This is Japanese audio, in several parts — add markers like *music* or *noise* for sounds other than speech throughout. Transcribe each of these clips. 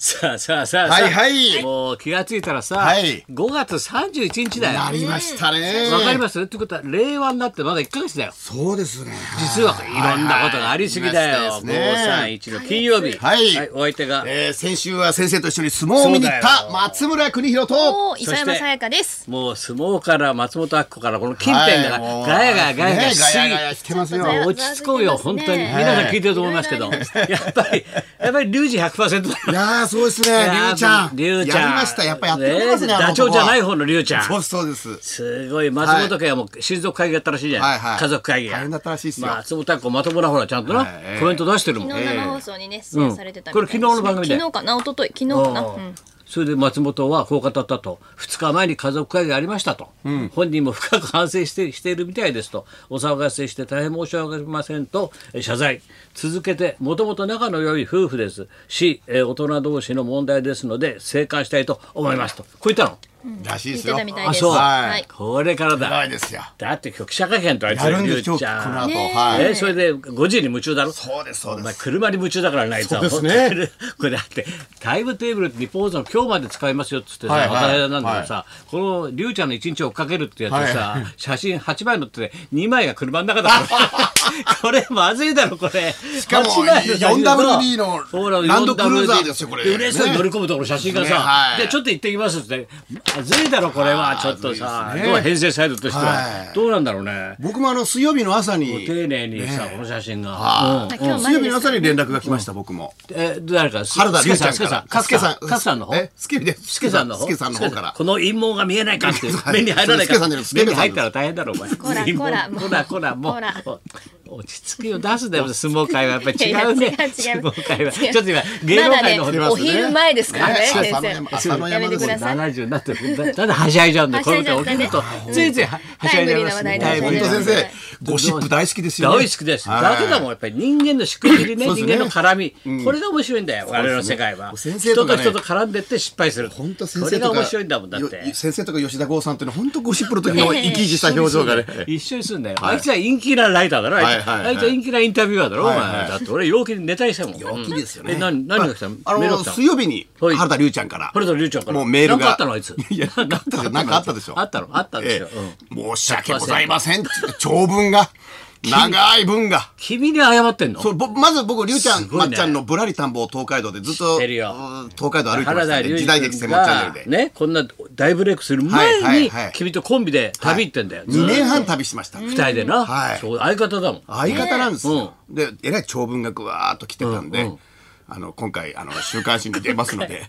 さあさあさあさあはいはいもう気がついたらさ、はい5月31日だよなりましたね。わかりますってことは令和になってまだ1ヶ月だよそうですね。実はいろんなことがありすぎだよはいはい531の金曜日はいお相手がえー、先週は先生と一緒に相撲を見に行っそうだたよ松村邦弘と、おー磯山さやかです。もう相撲から松本明子からこの近辺がはいもうガヤガヤガヤガヤしすぎねガヤガヤしてますよ。ちょっといね落ち着こうよ、ざ本わついてますね当に。皆さん聞いてると思いますけど、やっぱり、やっぱりリュウジ100%だよ。やー、そうですね。りゅうちゃん。リュウちゃん。やりました。やっぱやってますね。えあのダチョウじゃない方のリュウちゃん。そうですそうです。すごい、松本家はもう親族会議やったらしいじゃん。はいはい家族会議が。大変だったらしいですよまあ松本明子まともなほら、ちゃんとな、はいコメント出してるもん。う昨日ん生放送にね、出演されてたみたこいですれ昨日の番組で昨日かな、一昨日昨日かな。うんそれで松本はこう語ったと2日前に家族会議がありましたと、本人も深く反省してしているみたいですとお騒がせして大変申し訳ありませんとえ謝罪続けてもともと仲の良い夫婦ですしえ大人同士の問題ですので静観したいと思いますとこう言ったのらしいで聞いすてよ。たみたいです。あそうはい。これからだ長いですよ。だって今日記者会見とあいつやるんでりゅす今う日ちこゃんの後。ねえはい。えそれで5時に夢中だろそうですそうおで前す。車に夢中だからねあいつはそうですね *laughs* これだってタイムテーブルって日本放送の今日まで使いますよっつってさ、はいはい当たり前なんだけどさ、このりゅうちゃんの一日を追っかけるってやつでさ、はい写真8枚載ってて2枚が車の中だから *laughs* これまずいだろこれしかも 4WD のランドクルーザーですよこれ嬉しそうに乗り込むところ写真がさ、ねはいでちょっと行ってきますっつってまずいだろこれはちょっとさ、まずいですねどう編成サイドとしては、はいどうなんだろうね僕もあの水曜日の朝に、水丁寧にさ、この写真が。うんはあ今日前曜日でのす朝かに連絡が来ました僕も。えー、誰か、す原田す龍けちさゃん、んすけかさん、ら。かすけさん、かすさんの方え、すけです。すけさんの方すけさんの方から。この陰謀が見えないかってそうです目に入らないそうです助さかんじゃなくて目に入ったら大変だろお前こら陰謀こらもうこらこらもこらうお落ち着きを出すだよ相撲界はやっぱり違うねいや *laughs* いや違う違相う撲界は違うちょっと今芸能界の方までだね、お昼前です *laughs* からね、ね先朝の山生。朝のや山めでてすください。 70になってるだだってはしゃいじゃうんでこはのしゃいじゃ歌うおんだ昼ねとついついははしゃいじゃいますねタイム本リー当先な話題ですね生、ゴシップ大好きですよ、ね。大好きです。はいだけども、やっぱり人間のしくじりね、 *laughs* そうで人すね間の絡み、これが面白いんだよ、我々の世界は。先生人ととかね人と絡んでって失敗する。本当先こ生れがとか面白いんだもん、だってよ。先生とか吉田剛さんっていうのは本当ゴシップの *laughs* 時の生き生きした表情がね。一緒にすんだよ。あいつは陰気なライターだろ、あいつはいはいはいあいつは陰気なインタビュアーだろ、お前。はいはいだって俺、陽気にネタにしたもん。陽気ですよねうんえ、何、何が来たのあメールがの来たの水曜日にはい原田龍ちゃんから、これとりゅうちゃんから。もうメーなルがんかあったの、あいつ。いやなんかあったでしょなんかあったでしょあったの、あったんですよえ。うんえ申し訳ございませんって長 *laughs* 文が長い文が。君に謝ってんのそうぼまず僕、りゅうちゃん、すごいまねっちゃんのぶらり田んぼを東海道でずっ知とってるようん東海道歩いてま原した田ね、龍時代劇二専門チャがンネルで。ねこんな大ブレイクする前はいはにいはい君とコンビで旅行ってんだよ2年半旅しました。二人でなはいそう相方だもん相方なんですよね、でえらい長文がぐわーっと来てたんで、うんうんあの今回あの週刊誌に出ますの *laughs* で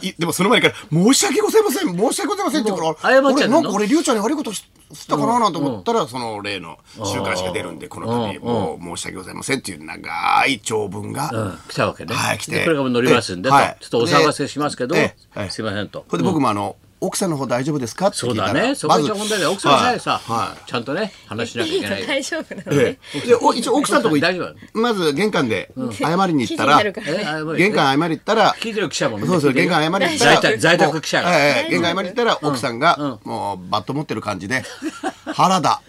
いいでもその前から「申し訳ございません申し訳ございません」ってもこうれ謝っちゃって俺んのなんか俺りゅうちゃんに悪いことししたかななんて思ったら、その例の週刊誌が出るんでこの度、もう申し訳ございませんっていう長い長文が、うん来たわけねはい来てでこれがもう乗りますんでえとはいちょっとお騒がせしますけどええええすいませんとこれで僕もあの、奥さんの方大丈夫ですかってそ聞ういたらだねそこが一番問題だよ奥さんさえさはいはいちゃんとね話しなきゃいけない大丈夫なのねえ。えでお一応奥さんのとこ行大丈夫っまず玄関で謝りに行った記事にらなるからえ謝る玄関謝り行ったら聞いてる記者もみんそなうそ聞ういてる玄よ関謝り行ったら在宅在宅記者がもうええええ玄関謝り行ったら奥さんがもうバット持ってる感じで原田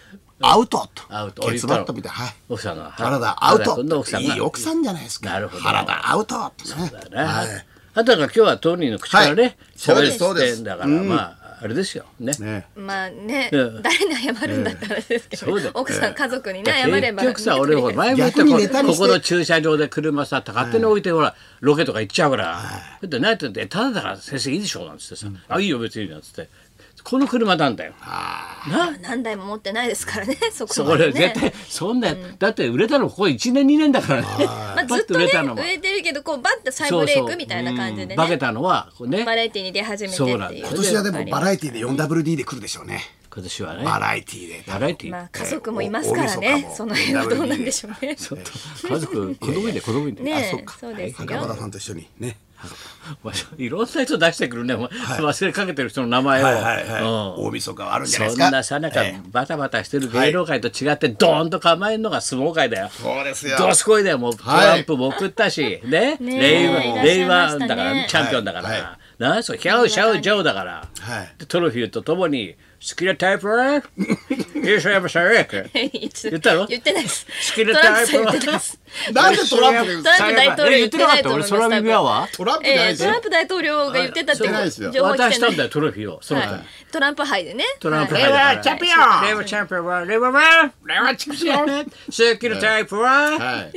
アウトとアウトケツバットみたいなはい奥さんが原田アウ原田君のト奥さんがいい奥さんじゃないですかなるほど原田アウトってねだねあとは今日は当人の口からねはい喋るそうですってんだからまああれですよねねまあね、うん誰に謝るんだって話ですけそど、うだよ *laughs* 奥さん家族にね謝れ結ば。局さ俺ほら前も言った逆にこネタにこしてこの駐車場で車さ勝手に置いてほらロケとか行っちゃうから「で何やってんだよただだから先生いいでしょ」なんつってさ「あいいよ別に」なんつってこの車なんだよ。な何台も持ってないですからね、 *laughs* そこそまこででね。絶対そんなだって売れたのここ1年2年だからねまあ、パずッっと売ねれたのも植えてるけどこうバッて再ブレイクみたいな感じでねバケたのはこうねバラエティに出始めてってそいううなんだよ今年はでもバラエティで 4WD で来るでしょうね今年はねバラエティでバラエティまあ家族もいますから大晦ね日もその辺はどうなんでしょうね *laughs* ちょっと家族子供いんで子供いんでねえあそっかそうですよ袴田さんと一緒にねお前いろんな人出してくるねお前忘れかけてる人の名前をはいはいはい、うん大晦日はあるんじゃないそでんすかなさなかええバタバタしてる芸能界と違ってドーンと構えるのが相撲界だよ。そうですよどすこいだよもうトはいランプも送ったし、ねね令い和ら令っしゃいま和しただかねらチャンピオンだから、はいはいなそうヒャオシャオジャオだから、はいでトロフィーとともに好きなタイプはいらっしゃいませ。言ったの言ってないです。好きなタイプトランプさん言はなんでトってないです。ランプトランプ大統領え言ってなかった言俺ソってないと思いますラミビアはトランプじゃないえでーすトよランプ大統領が言ってたってしてないですよ情報来て渡なしいたんだよトロフィーをそのはいトランプ杯でね。トランプはい杯レバーチャピオンレイバーチャンピオンはレイバーマンレバチクション好きなタイプはは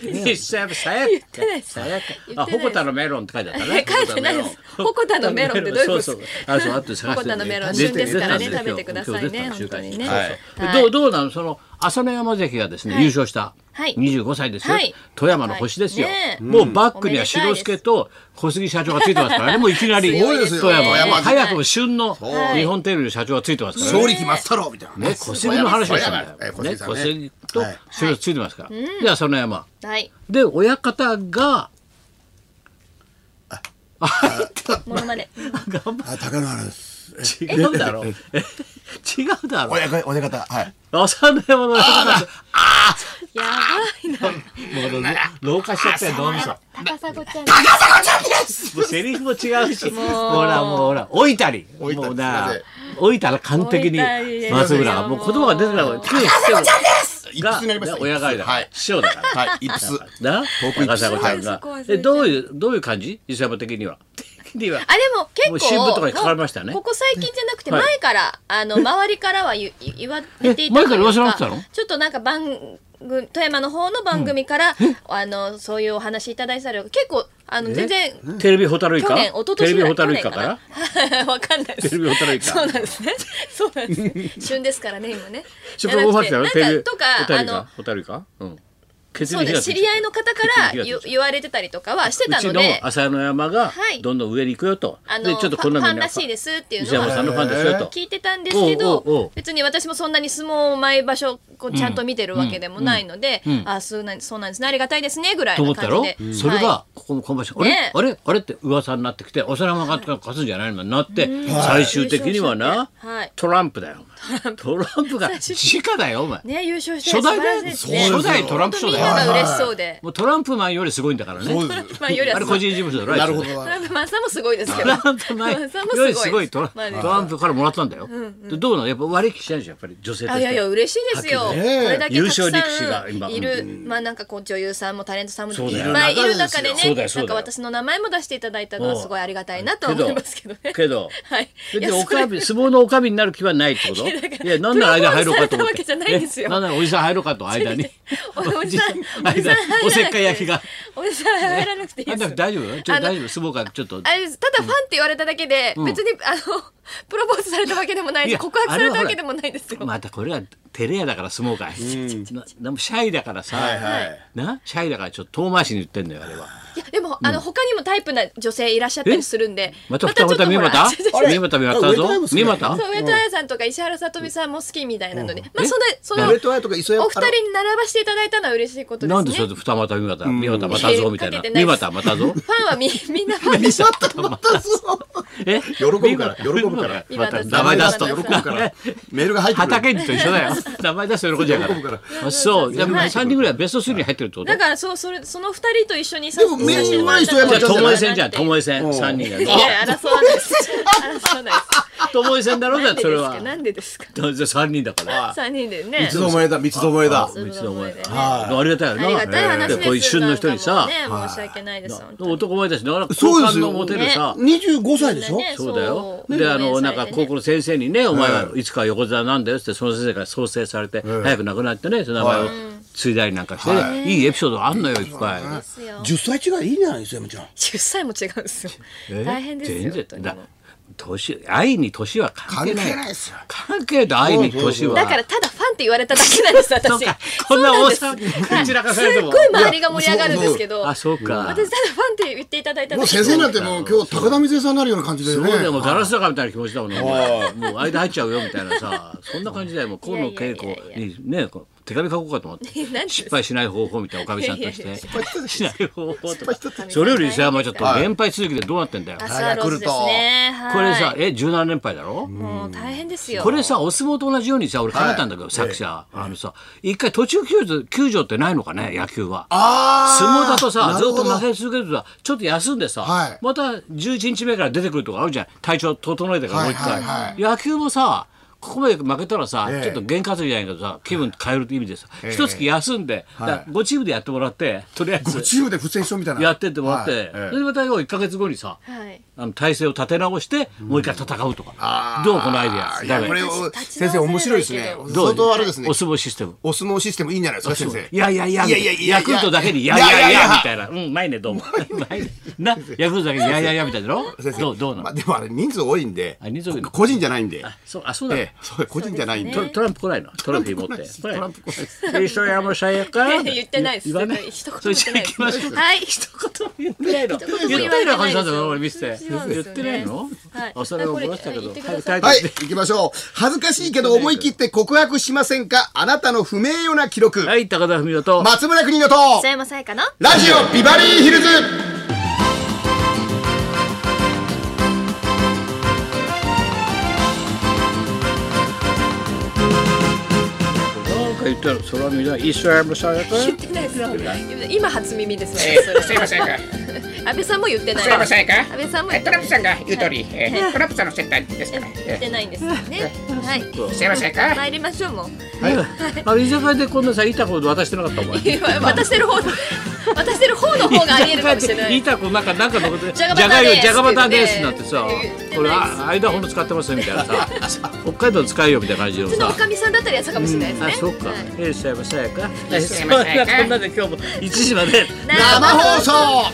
い一切さやか言ってないですさやか言ってなあ、いほこたのメロンって書いてあったねえ *laughs* 書いてないです。ホコタのメロンってどういうことですそかう。そうあ、そう、あとで探してホコタのメロン旬ですからね出て食べてくださいね今日出てた本当にね週刊誌はいそうそうどう、どうなの、その朝乃山関がですね、優勝した。はい25歳ですよ、はい富山の星ですよ、はいねえもうバックには白助と小杉社長がついてますからねもういきなり強いですよ富山富山早くも旬のい日本テレビの社長がついてますからね勝利決まったろみたいなね小杉の話をしたんだえよ、小ね、杉さん小ね杉とはい白助ついてますから、で朝乃山はい。で親方がモノマネ。頑張あ高野原ですえ違うだろう違うだろう親方親方はい朝乃山の親方やばいな。もうね老化しちゃったよ脳みそ高砂ちゃん。もうセリフも違うしうほらもうほら老いたり老いたりもうなすいま老いたら完璧に老いたりですよ松村はもう言葉が出てないから強い一が筆になりました親代わりだから、はい師匠だからはい一筆な遠くに高砂ちゃんはいがそこは忘れてえどういうどういう感じ磯山的には的にはあ *laughs* でも結構もう新聞とかに書かれましたねここ最近じゃなくてはい前から、あの周りから *laughs* は言言言われていた前から言わせなかったのちょっとなんか番組富山の方の番組から、あのそういうお話いただいたり結構あの全然テレビホタルイ去カ年一昨テレビ年ぐらホいタ去ルイ年カからな *laughs* わかんないですテレビホタルイカそうなんですねそうなんです *laughs* ね旬ですからね今ねちょっとオファー来たよなねんテレビかホとタかルあイのカホタルイカうん血そうに火でがすつい知てり合いの方から血液言がついて言われてたりとかはしてうたちのので朝乃山がはいどんどん上に行くよと、あでのちょっとこんなファのンにらしいですっていう西の山さはんのファンですよと聞いてたんですけど、おうおうおう別に私もそんなに相撲を毎場所こうちゃんと見てるわけでもないので、あそうなんそうなんですねありがたいですねぐらいと思のった感ろじで、、それはがここの今場所、ねあれあれあれって噂になってきてお皿が勝つんじゃないのになって、最終的にはな、はいトランプだよお前トランプが最直だよお前、い、ね優勝して初素代晴だらよしいですね初代トランプみ賞んだなよが嬉しそうで、もうトランプマンよりすごいんだからねそうですまあよりはあれ個人事務所だろなるほあいつどトランプマンさんもすごいですけトどランプマンよトランプマりンすごいトラまあねトランプからもらったんだよ、でどうなのやっぱ割り切りしないでしょやっぱり女性としあいてやいや嬉しいですよ。はこっきりねれだけたくさ優勝力士が今んいる、まあなんかこう女優さんもタレントさんもいそうだよっぱいいる中でそうね、だよそなうんだかよ私の名前も出していただいたのはすごいありがたいなとはけど思いますけどね。けどはい。でいやおそれかみ相撲のおかみになる気はないってこといやだからやなんなら間入ろうかと思ってプロポーズされたわけじゃないですよねなんならおじさん入ろうかと間に *laughs* おじさん、おじさん間に入らなくておせっかい焼きが。おじさん入らなくていいあです。だ大丈夫ちょっあとの大丈夫相撲からちょっとあれですただファンって言われただけで、別にあの *laughs* プロポーズされたわけでもないいし、や告白されたわけでもないですよ。またこれは照れ屋だから相撲界なでもシャイだからさ、はいはいなシャイだからちょっと遠回しに言ってんのよあれは。いやでも、あの他にもタイプな女性いらっしゃったりするんで、また二股ほ三ら股ちょっと三股三股だぞあ上田ですね三股 *laughs* そう上戸彩さんとか石原さとみさんも好きみたいなので、まあえそのその上戸彩とか磯山お二 *laughs* 人に並ばしていただいたのは嬉しいことですね。なんでそれで二股三股三股またぞみたいなかけて三ないです股またぞファンはみみんなファンでしょ。また *laughs* そうえ喜ぶから喜ぶから三また股名前出すと喜ぶからメールが入ってくる畑と一緒だよ名前出すと喜んじゃう喜ぶかからあそうじゃあはい3人ぐらいはベスト3に入ってるってことだからそうそれその二人と一緒にさでもみんな磯山じゃあちゃん友え戦じゃんえ。友え戦ん三人がいや争わないです。争わない友え戦だろうじゃあです。それなんでですかはなんでですか。じゃあ三人だから三人でね三。つどもえだ三つどもえだそう一度もやそうありがたいよなありがたい話ですでよ。こういう旬の人にさなんかもうね申し訳ないです。本当に男前だしなかなかそ好うです感よの持てるさ二十五歳でしょねそうだよ。そうで、あごの、めなんさいかね高校の先生にね、お前はいつか横綱なんだよって、その先生が創生されて、早く亡くなってね、その名前を継いだりなんかして、いいエピソードあんのよ、いっぱい。ですよ十歳違いいいじゃない磯山ちゃん10歳も違うんですよ。え大変ですよ。全本当然にだ年愛に年は関係ない関係ないですよ関係ない愛に年はだからただファンって言われただけなんです私そうかこんな大そ騒うんぎですこちらかされてもすっごい周りが盛り上がるんですけどあそうか私ただファンって言っていただいたもだうけ先生なんてもう今日高田水江さんになるような感じでそねうだよもうガラスだからみたいな気持ちだもんねもう間入っちゃうよみたいな *laughs* さそんな感じだよもう河野恵子にねこう手紙書こうかと思って *laughs* えなんで失敗しない方法みたいなおかみさんと *laughs* して失敗したでししない方法と敗かしたでしょそれより磯山はちょっと連敗続きでどうなってんだよアスワローズですねはいこれさえ17連敗だろもう大変ですよこれさお相撲と同じようにさ俺考えたんだけど作者あのさ一回途中休場休場ってないのかね野球はあ相撲だとさなずるっほとど負け続けるとさちょっと休んでさ、はいまた11日目から出てくるとかあるじゃん体調整えてからもう一回、はいはいは野球もさここまで負けたらさ、ええちょっと験担ぎじゃないけどさ気分変えるって意味でさええ一、月休んで、はい5チームでやってもらってとりあえずチームで不戦勝みたいな。 *laughs* やってってもらって、はいええそれでまた要は1か月後にさはい。あの体勢を立て直して、もう一回戦うとかあーどうこのアイデアいダやメこれを先生面白いですねど。どう相当あれですねお。相撲システムお相撲システムいいんじゃないですか先生。いやいやいやいやいやいやいやヤクルトだけにいやいやいやみたいなうんうまいね *laughs* どうもうまいねなヤクルトだけにいやいやいやみたいだろ先生どうどうなの、まあでもあれ人数多いんであ人数多いのこ個人じゃないんで、そうあそうだ、ええ、そう個人じゃないんでトトランプ来ないのトロフィー持ってトランプ来ないです来ない磯山さやか言ってないです。言わない一言もそれじゃあ行言っきてなまいでしょす。うはい。一言も言ってないの一言も言わない言ったような感じなんだよ俺見せてそう言でっすよねてないのはいあそれを漏らしたけどこれ言ってくださいはいはい、行きましょう。恥ずかしいけど思い切って告白しませんかあなたの不名誉な記録。はい高田文夫と松村邦乃と、磯山さやかの。ラジオビバリーヒルズなんか言ったらそれはみんな磯山さやか言ってないです。今初耳ですね。 *laughs* それすいませんが、安倍さんも言ってない。すいませんが、安倍さんもえ言ってトなラいンプさんが言う通り、えートランプさんの接待ですから、言っえてないんですよね。はい。ーすいませんが、参りましょうもう。あの居酒屋でこんなさ言いたこと渡してなかったお前いや渡してる方の渡してる方の方がありえるかもしれ *laughs* な言いい。たくなんかなんかのことでじゃがじゃバがターいでもすじゃがバターですなんてさ言ってないですこれあ間ほんの使ってますよみたいなさ *laughs* 北海道使えよみたいな感じの普通のおさかみさんだったらやつかもしれないですね。あそうかはいええさやかさやかえええそんなこんなで今日も1時まで生生放送